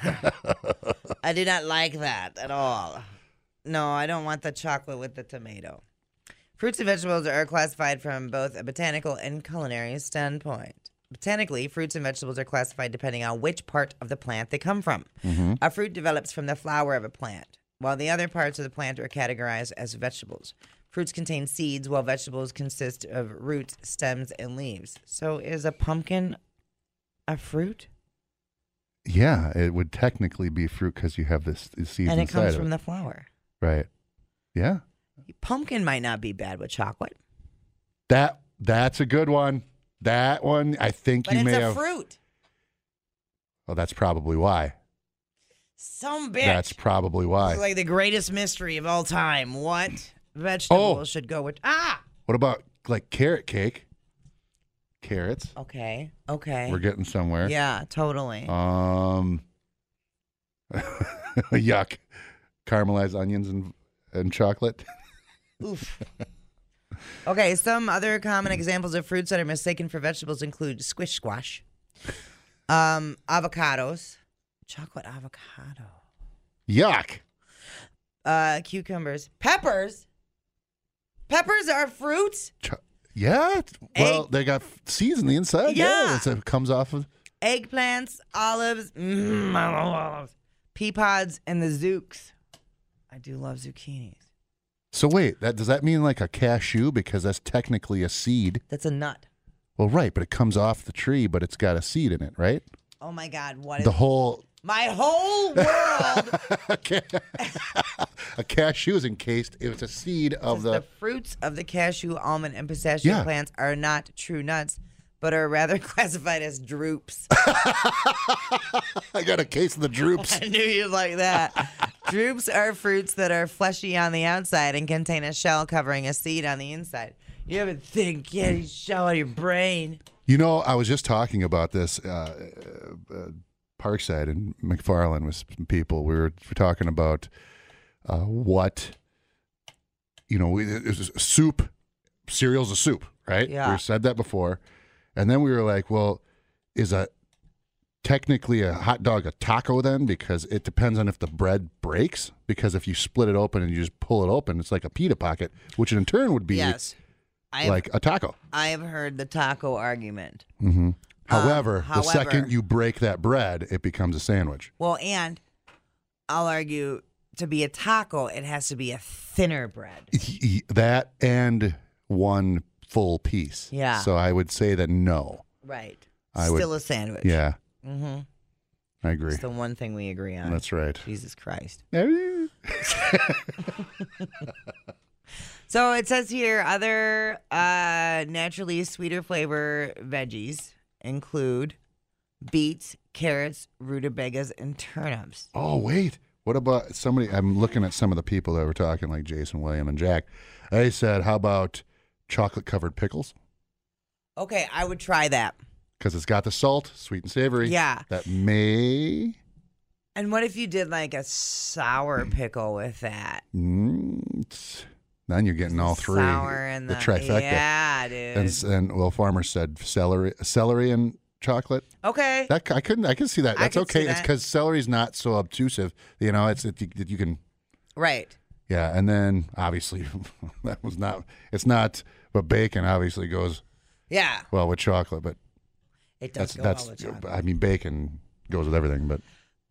Speaker 3: *laughs*
Speaker 2: I do not like that at all. No, I don't want the chocolate with the tomato. Fruits and vegetables are classified from both a botanical and culinary standpoint. Botanically, fruits and vegetables are classified depending on which part of the plant they come from.
Speaker 3: Mm-hmm.
Speaker 2: A fruit develops from the flower of a plant, while the other parts of the plant are categorized as vegetables. Fruits contain seeds, while vegetables consist of roots, stems, and leaves. So, is a pumpkin a fruit?
Speaker 3: yeah, it would technically be fruit because you have this, these seeds
Speaker 2: and it
Speaker 3: inside
Speaker 2: comes
Speaker 3: of
Speaker 2: from
Speaker 3: it.
Speaker 2: the flower.
Speaker 3: right. Yeah,
Speaker 2: Pumpkin might not be bad with chocolate,
Speaker 3: that that's a good one. That one, I think
Speaker 2: but
Speaker 3: you
Speaker 2: it's
Speaker 3: may
Speaker 2: a
Speaker 3: have.
Speaker 2: fruit.
Speaker 3: Well, that's probably why.
Speaker 2: Some bitch.
Speaker 3: That's probably why.
Speaker 2: It's like the greatest mystery of all time. What vegetable
Speaker 3: Oh.
Speaker 2: should go with? Ah.
Speaker 3: What about like carrot cake? Carrots.
Speaker 2: Okay. Okay.
Speaker 3: We're getting somewhere.
Speaker 2: yeah. Totally.
Speaker 3: Um. *laughs* yuck. Caramelized onions and and chocolate. *laughs*
Speaker 2: Oof. Okay. Some other common examples of fruits that are mistaken for vegetables include squish squash, um, avocados, chocolate avocado,
Speaker 3: Yuck.
Speaker 2: uh, cucumbers, peppers. Peppers are fruits.
Speaker 3: Cho- yeah. it's- Well,
Speaker 2: Egg.
Speaker 3: they got f- seeds on the inside.
Speaker 2: Yeah.
Speaker 3: it's- it comes off of.
Speaker 2: eggplants, olives, mm, I love olives, pea pods, and the zooks. I do love zucchinis.
Speaker 3: So wait, that does that mean like a cashew because that's technically a seed?
Speaker 2: That's a nut.
Speaker 3: Well, right, but it comes off the tree, but it's got a seed in it, right?
Speaker 2: Oh my God! What is
Speaker 3: The whole *laughs*
Speaker 2: my whole world?
Speaker 3: a *laughs* cashew is encased. It was a seed of
Speaker 2: is the
Speaker 3: the.
Speaker 2: fruits of the cashew, almond, and pistachio
Speaker 3: Yeah.
Speaker 2: plants are not true nuts, but are rather *laughs* classified as droops. *laughs*
Speaker 3: I got a case of the droops.
Speaker 2: I knew you'd like that. Droops are fruits that are fleshy on the outside and contain a shell covering a seed on the inside. You haven't think, yeah, you shell out of your brain.
Speaker 3: You know, I was just talking about this uh, uh, uh, Parkside and McFarland with some people. We were talking about uh, what, you know, we- it was soup, cereal's a soup, right?
Speaker 2: Yeah.
Speaker 3: We said that before. And then we were like, well, is a technically a hot dog a taco then? Because it depends on if the bread breaks. Because if you split it open and you just pull it open, it's like a pita pocket, which in turn would be
Speaker 2: Yes, I
Speaker 3: like a taco.
Speaker 2: I've heard the taco argument.
Speaker 3: However, the
Speaker 2: Um, however-
Speaker 3: second you break that bread, it becomes a sandwich. *laughs*
Speaker 2: Well, and I'll argue to be a taco, it has to be a thinner bread.
Speaker 3: Y- y- That and one full piece.
Speaker 2: Yeah.
Speaker 3: So I would say that no.
Speaker 2: Right.
Speaker 3: I would-
Speaker 2: Still a sandwich.
Speaker 3: Yeah,
Speaker 2: Mm-hmm.
Speaker 3: I agree.
Speaker 2: It's the one thing we agree on.
Speaker 3: That's right.
Speaker 2: Jesus Christ.
Speaker 3: Well,
Speaker 2: So it says here other uh, naturally sweeter flavor veggies include beets, carrots, rutabagas, and turnips.
Speaker 3: Oh wait, what about somebody? I'm looking at some of the people that were talking, like Jason, William, and Jack. They said, "How about chocolate covered pickles?"
Speaker 2: Okay, I would try that.
Speaker 3: because it's got the salt, sweet and savory.
Speaker 2: Yeah.
Speaker 3: That may.
Speaker 2: And what if you did like a sour pickle with that?
Speaker 3: Mm, it's- then you're getting all three.
Speaker 2: Sour and the,
Speaker 3: trifecta.
Speaker 2: Yeah, dude.
Speaker 3: And, s- and Will Farmer said celery, celery and chocolate.
Speaker 2: okay.
Speaker 3: That c- I couldn't. I can see that.
Speaker 2: I
Speaker 3: That's
Speaker 2: could see
Speaker 3: okay. It's
Speaker 2: that.
Speaker 3: because celery's not so obtrusive. You know, it's it, you, you can.
Speaker 2: right.
Speaker 3: Yeah, and then obviously *laughs* that was not. It's not. But bacon obviously goes
Speaker 2: Yeah.
Speaker 3: well with chocolate. But
Speaker 2: It does
Speaker 3: that's
Speaker 2: go
Speaker 3: that's.
Speaker 2: well with chocolate.
Speaker 3: I mean, bacon goes with everything. But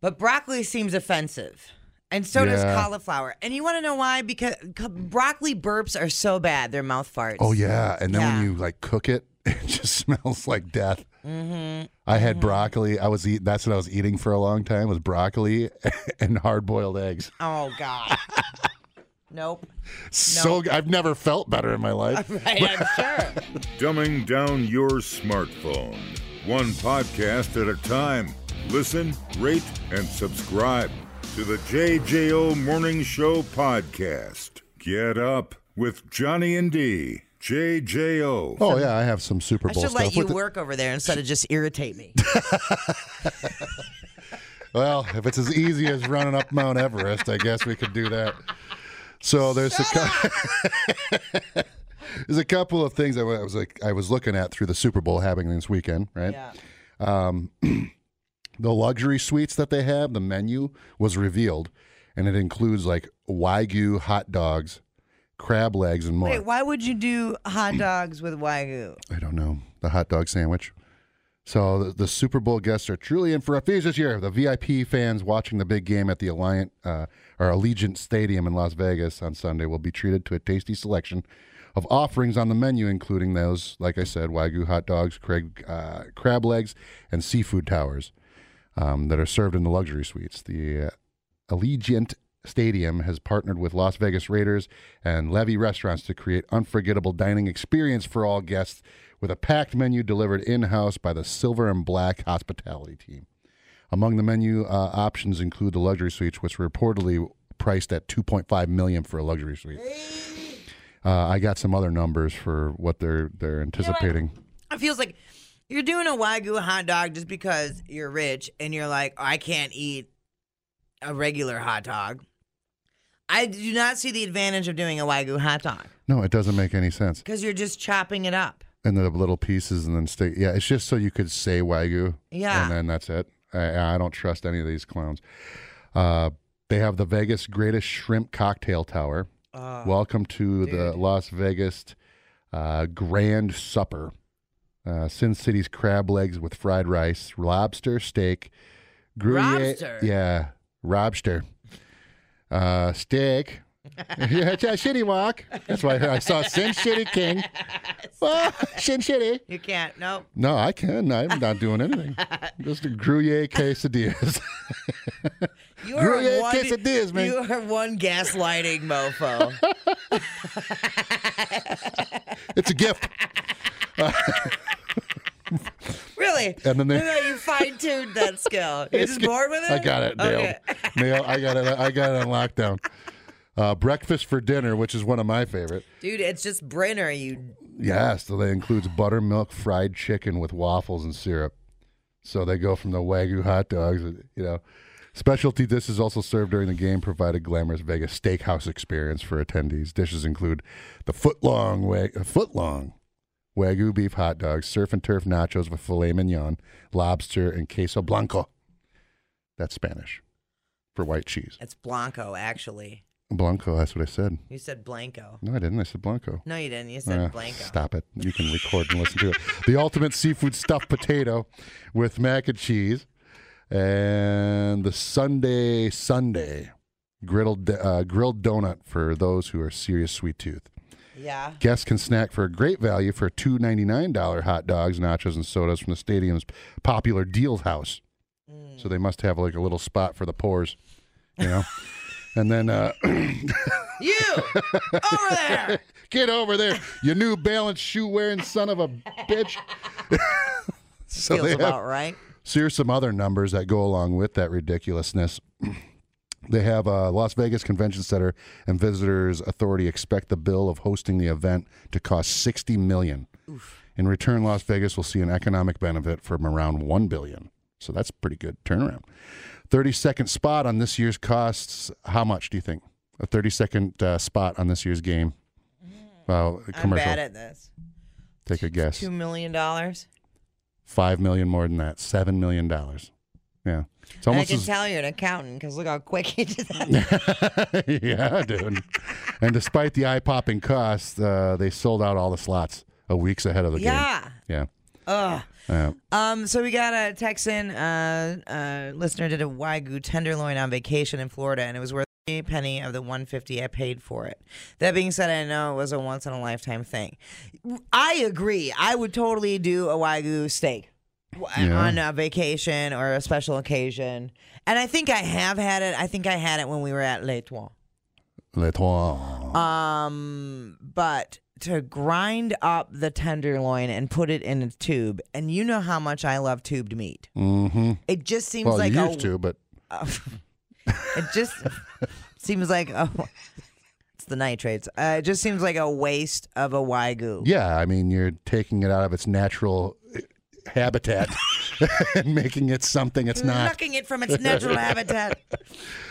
Speaker 2: But broccoli seems offensive. And so does
Speaker 3: Yeah.
Speaker 2: cauliflower. And you want to know why? Because c- broccoli burps are so bad. They're mouth farts.
Speaker 3: oh yeah, and then
Speaker 2: Yeah.
Speaker 3: when you like cook it, *laughs* it just smells like death. Mm-hmm. I had broccoli. I was eat. That's what I was eating for a long time was broccoli *laughs* and hard boiled eggs.
Speaker 2: Oh,
Speaker 3: *laughs*
Speaker 2: God. nope.
Speaker 3: So I've never felt better in my life.
Speaker 2: Right,
Speaker 3: *laughs*
Speaker 2: I'm sure.
Speaker 1: Dumbing down your smartphone. One podcast at a time. Listen, rate, and subscribe to the JJO Morning Show podcast. Get up with Johnny and D. JJO.
Speaker 3: Oh yeah, I have some Super
Speaker 2: I
Speaker 3: Bowl
Speaker 2: should
Speaker 3: stuff.
Speaker 2: let you
Speaker 3: with it.
Speaker 2: work over there instead of just irritate
Speaker 3: *laughs*
Speaker 2: me.
Speaker 3: Well, if it's as easy as running up Mount Everest, I guess we could do that. So there's a cou- *laughs* there's a couple of things I wa- I was like I was looking at through the Super Bowl happening this weekend, right?
Speaker 2: Yeah.
Speaker 3: The luxury suites that they have, the menu was revealed, and it includes like wagyu hot dogs, crab legs, and more.
Speaker 2: Wait, why would you do hot dogs with Wagyu?
Speaker 3: I don't know, the hot dog sandwich. So the, the Super Bowl guests are truly in for a feast this year. The VIP fans watching the big game at the Alliant uh, or Allegiant Stadium in Las Vegas on Sunday will be treated to a tasty selection of offerings on the menu, including those, like I said, Wagyu hot dogs, Craig, uh, crab legs, and seafood towers um, that are served in the luxury suites. The uh, Allegiant Stadium has partnered with Las Vegas Raiders and Levy Restaurants to create unforgettable dining experience for all guests with a packed menu delivered in-house by the Silver and Black hospitality team. Among the menu uh, options include the luxury suites, which were reportedly priced at 2.5 million for a luxury suite. Uh, I got some other numbers for what they're they're anticipating.
Speaker 2: It feels like you're doing a Wagyu hot dog just because you're rich and you're like, "Oh, I can't eat a regular hot dog. I do not see the advantage of doing a Wagyu hot dog
Speaker 3: No, it doesn't make any sense.
Speaker 2: because you're just chopping it up.
Speaker 3: and the little pieces and then steak. Yeah, it's just so you could say wagyu.
Speaker 2: Yeah.
Speaker 3: and then that's it. I, I don't trust any of these clowns. Uh, they have the Vegas Greatest Shrimp Cocktail Tower. Welcome to the Las Vegas uh, Grand Supper. Uh, Sin City's crab legs with fried rice, lobster steak, gruyere.
Speaker 2: Lobster?
Speaker 3: Yeah, lobster. Uh, steak.
Speaker 2: *laughs*
Speaker 3: yeah, it's a shitty walk. That's why I saw Sin Shitty
Speaker 2: *laughs*
Speaker 3: King. Oh, Shin Shitty.
Speaker 2: You can't. No.
Speaker 3: No, I can. I'm not doing anything. Just a Gruyere quesadillas. *laughs*
Speaker 2: You are
Speaker 3: Gruyere
Speaker 2: one,
Speaker 3: quesadillas, man.
Speaker 2: You are one gaslighting mofo.
Speaker 3: *laughs* it's
Speaker 2: *laughs*
Speaker 3: a gift.
Speaker 2: really?
Speaker 3: And then they-
Speaker 2: Look at you fine tuned that
Speaker 3: *laughs*
Speaker 2: skill. You're just bored with it?
Speaker 3: I got it. Nailed.
Speaker 2: Okay.
Speaker 3: Nailed. I got it. I got it on lockdown. Uh, breakfast for dinner, which is one of my favorite.
Speaker 2: Dude, it's just Brenner, you.
Speaker 3: Yes, so that includes buttermilk fried chicken with waffles and syrup. So they go from the wagyu hot dogs, uh, you know. Specialty dishes also served during the game provide a glamorous Vegas steakhouse experience for attendees. Dishes include the footlong wag- uh, footlong wagyu beef hot dogs, surf and turf nachos with filet mignon, lobster, and queso blanco. That's Spanish for white cheese.
Speaker 2: It's Blanco, actually.
Speaker 3: Blanco. That's what I said.
Speaker 2: You said Blanco.
Speaker 3: No, I didn't. I said blanco.
Speaker 2: No, you didn't. You said
Speaker 3: Uh,
Speaker 2: Blanco.
Speaker 3: Stop it. You can record and listen to it. The ultimate seafood stuffed potato with mac and cheese. And the Sunday Sunday griddled uh, grilled donut for those who are serious sweet tooth.
Speaker 2: Yeah.
Speaker 3: Guests can snack for a great value for two ninety nine dollar hot dogs, nachos, and sodas from the stadium's popular Deals House.
Speaker 2: Mm.
Speaker 3: So they must have like a little spot for the pours, you know. and then uh, *coughs*
Speaker 2: You over
Speaker 3: *laughs*
Speaker 2: there.
Speaker 3: Get over there, you new balance shoe wearing son of a bitch. so
Speaker 2: Feels
Speaker 3: they have,
Speaker 2: about right.
Speaker 3: so here's some other numbers that go along with that ridiculousness. *clears throat* They have uh, Las Vegas Convention Center and Visitors Authority expect the bill of hosting the event to cost sixty million in In return, Las Vegas will see an economic benefit from around $1 billion. So that's pretty good turnaround. 32nd spot on this year's costs. How much do you think? A 32nd uh, spot on this year's game. Well,
Speaker 2: Mm. I'm
Speaker 3: commercial.
Speaker 2: bad at this.
Speaker 3: Take a guess.
Speaker 2: Two million dollars.
Speaker 3: Five million more than that. Seven million dollars. Yeah, it's
Speaker 2: I
Speaker 3: almost
Speaker 2: can
Speaker 3: as
Speaker 2: tell you're an accountant because look how quick he did that.
Speaker 3: *laughs* yeah, dude. and despite the eye-popping costs, uh, they sold out all the slots a weeks ahead of the
Speaker 2: yeah.
Speaker 3: game.
Speaker 2: Ugh.
Speaker 3: Yeah. Uh,
Speaker 2: Um, so we got a Texan uh, uh, listener did a Wagyu tenderloin on vacation in Florida, and it was worth every penny of the 150 I paid for it. That being said, I know it was a once in a lifetime thing. I agree. I would totally do a Wagyu steak w- uh,
Speaker 3: Yeah.
Speaker 2: on a vacation or a special occasion, and I think I have had it. I think I had it when we were at L'Etoile.
Speaker 3: Les Trois.
Speaker 2: Um, but to grind up the tenderloin and put it in a tube, and you know how much I love tubed meat.
Speaker 3: mm-hmm.
Speaker 2: It just seems
Speaker 3: Well,
Speaker 2: like
Speaker 3: you
Speaker 2: a-
Speaker 3: used to, but
Speaker 2: it
Speaker 3: *laughs*
Speaker 2: just seems like a, it's the nitrates. Uh, it just seems like a waste of a wagyu.
Speaker 3: yeah, I mean, you're taking it out of its natural uh, habitat *laughs* and making it something it's not.
Speaker 2: Knocking it from its
Speaker 3: *laughs*
Speaker 2: natural habitat.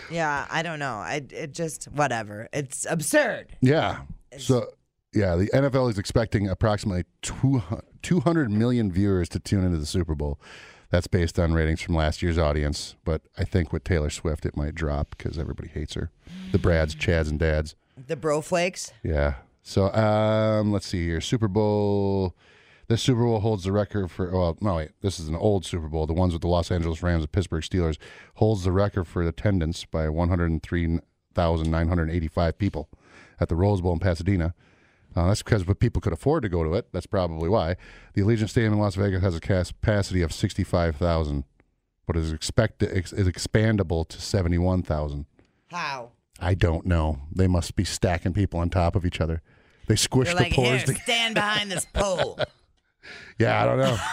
Speaker 2: Yeah, I don't know. I it just whatever. It's absurd.
Speaker 3: Yeah. So, yeah, the NFL is expecting approximately two hu- 200 million viewers to tune into the Super Bowl. That's based on ratings from last year's audience, but I think with Taylor Swift, it might drop because everybody hates her. The Brads, Chads, and Dads.
Speaker 2: The bro flakes.
Speaker 3: Yeah. So, um, let's see here. Super Bowl. This Super Bowl holds the record for. oh, Well, no, wait. This is an old Super Bowl. The ones with the Los Angeles Rams and Pittsburgh Steelers holds the record for attendance by 103,985 people at the Rose Bowl in Pasadena. Uh, that's because but people could afford to go to it. That's probably why. The Allegiant Stadium in Las Vegas has a capacity of 65,000, but is expected ex, is expandable to 71,000.
Speaker 2: How?
Speaker 3: I don't know. They must be stacking people on top of each other. They squish
Speaker 2: They're
Speaker 3: the
Speaker 2: like, here,
Speaker 3: pores. together.
Speaker 2: stand behind this
Speaker 3: *laughs*
Speaker 2: pole.
Speaker 3: Yeah, I don't know.
Speaker 2: *laughs*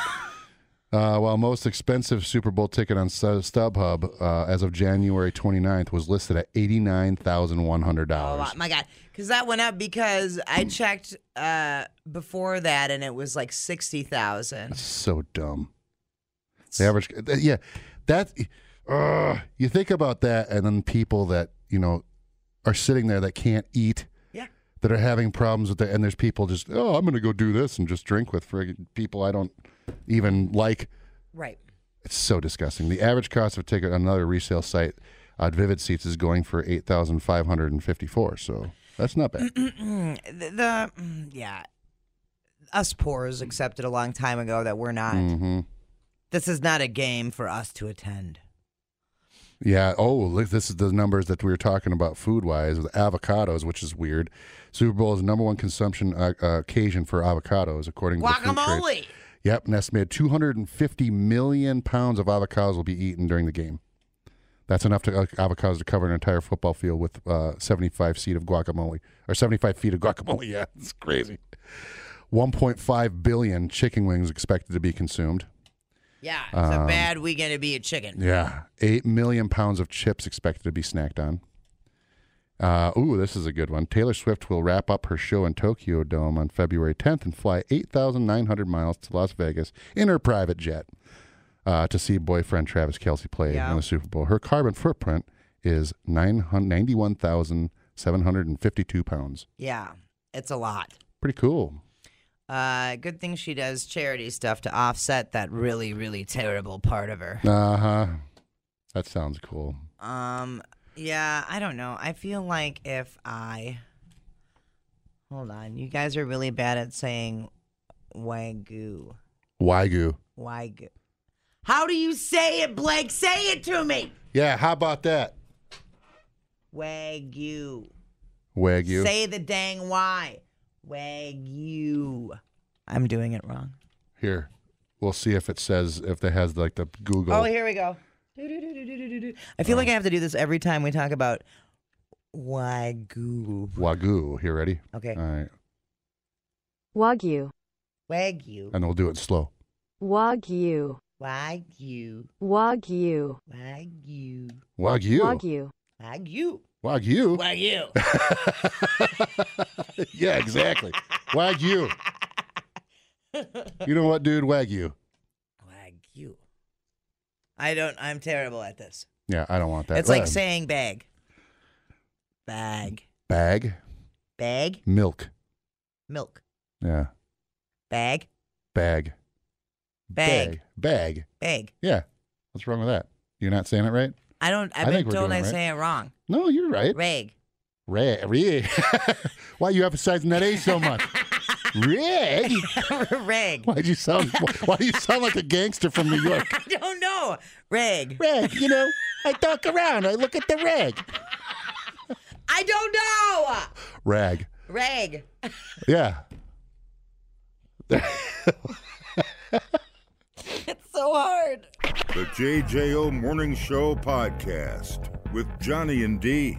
Speaker 3: Uh, while most expensive Super Bowl ticket on Stu- StubHub uh, as of January 29th was listed at $89,100.
Speaker 2: Oh my god! Because that went up because I checked uh, before that and it was like sixty thousand.
Speaker 3: so dumb. The average, th- yeah, that. Uh, you think about that, and then people that you know are sitting there that can't eat,
Speaker 2: Yeah.
Speaker 3: that are having problems with that, and there's people just, oh, I'm going to go do this and just drink with friggin' people I don't even like.
Speaker 2: Right. *clears throat*
Speaker 3: It's so disgusting. The average cost of a ticket on another resale site on Vivid Seats is going for eight thousand five hundred and fifty-four. So that's not bad.
Speaker 2: The, the mm, yeah, us poors accepted a long time ago that we're not.
Speaker 3: hmm
Speaker 2: This is not a game for us to attend.
Speaker 3: Yeah. Oh, look, this is the numbers that we were talking about food wise with avocados, which is weird. Super Bowl is the number one consumption uh, uh, occasion for avocados, according to the food trade.
Speaker 2: Guacamole.
Speaker 3: Yep, an estimated 250 million pounds of avocados will be eaten during the game. That's enough to uh, avocados to cover an entire football field with uh, 75 feet of guacamole or 75 feet of guacamole. *laughs* Yeah, it's crazy. 1.5 billion chicken wings expected to be consumed.
Speaker 2: Yeah, it's a bad weekend to be a chicken.
Speaker 3: Um, Yeah, eight million pounds of chips expected to be snacked on. Uh, ooh, this is a good one. Taylor Swift will wrap up her show in Tokyo Dome on February 10th and fly 8,900 miles to Las Vegas in her private jet uh, to see boyfriend Travis Kelsey play
Speaker 2: Yeah.
Speaker 3: in the Super Bowl. Her carbon footprint is 91,752 pounds.
Speaker 2: Yeah, it's a lot.
Speaker 3: Pretty cool.
Speaker 2: Uh, good thing she does charity stuff to offset that really, really terrible part of her.
Speaker 3: Uh huh. That sounds cool.
Speaker 2: Um, yeah, I don't know. I feel like if I hold on, you guys are really bad at saying wagyu.
Speaker 3: Wagyu.
Speaker 2: Wagyu. How do you say it, Blake? Say it to me.
Speaker 3: Yeah, how about that?
Speaker 2: Wagyu.
Speaker 3: Wagyu.
Speaker 2: Say the dang why. Wagyu. I'm doing it wrong.
Speaker 3: Here, we'll see if it says if it has like the Google.
Speaker 2: Oh, here we go. Do-do-do-do-do-do-do. I feel like I have to do this every time we talk about wagyu.
Speaker 3: Wagyu. Here, ready?
Speaker 2: Okay.
Speaker 3: All right,
Speaker 8: Wagyu.
Speaker 2: Wagyu.
Speaker 3: and we'll do it slow.
Speaker 8: Wagyu.
Speaker 2: Wagyu.
Speaker 8: Wagyu.
Speaker 2: Wagyu.
Speaker 3: Wagyu.
Speaker 8: Wagyu.
Speaker 2: Wagyu.
Speaker 3: Wagyu. *laughs*
Speaker 2: Wagyu.
Speaker 3: yeah, exactly. Wagyu. You know what, dude? Wagyu.
Speaker 2: Wagyu. I don't. I'm terrible at this.
Speaker 3: Yeah, I don't want that.
Speaker 2: It's like
Speaker 3: Uh,
Speaker 2: saying bag. Bag.
Speaker 3: bag
Speaker 2: Bag.
Speaker 3: milk.
Speaker 2: Milk.
Speaker 3: Yeah,
Speaker 2: Bag.
Speaker 3: bag.
Speaker 2: Bag.
Speaker 3: Bag. Bag.
Speaker 2: Bag.
Speaker 3: Yeah. What's wrong with that? You're not saying it right?
Speaker 2: I don't.
Speaker 3: I
Speaker 2: I've been
Speaker 3: think we're
Speaker 2: told I
Speaker 3: doing right.
Speaker 2: say it wrong.
Speaker 3: No, you're right.
Speaker 2: *laughs* Rag.
Speaker 3: Rig. Rig. *laughs* Why you emphasizing that A so
Speaker 2: *laughs*
Speaker 3: much? Rig.
Speaker 2: Rag.
Speaker 3: Why'd you sound? Why, why do you sound like a gangster from New York?
Speaker 2: I don't know. Rag.
Speaker 3: Rig. You know, I talk around. I look at the rag.
Speaker 2: I don't know.
Speaker 3: Rag.
Speaker 2: Rag.
Speaker 3: Yeah.
Speaker 2: It's so hard.
Speaker 1: The JJO Morning Show podcast with Johnny and D.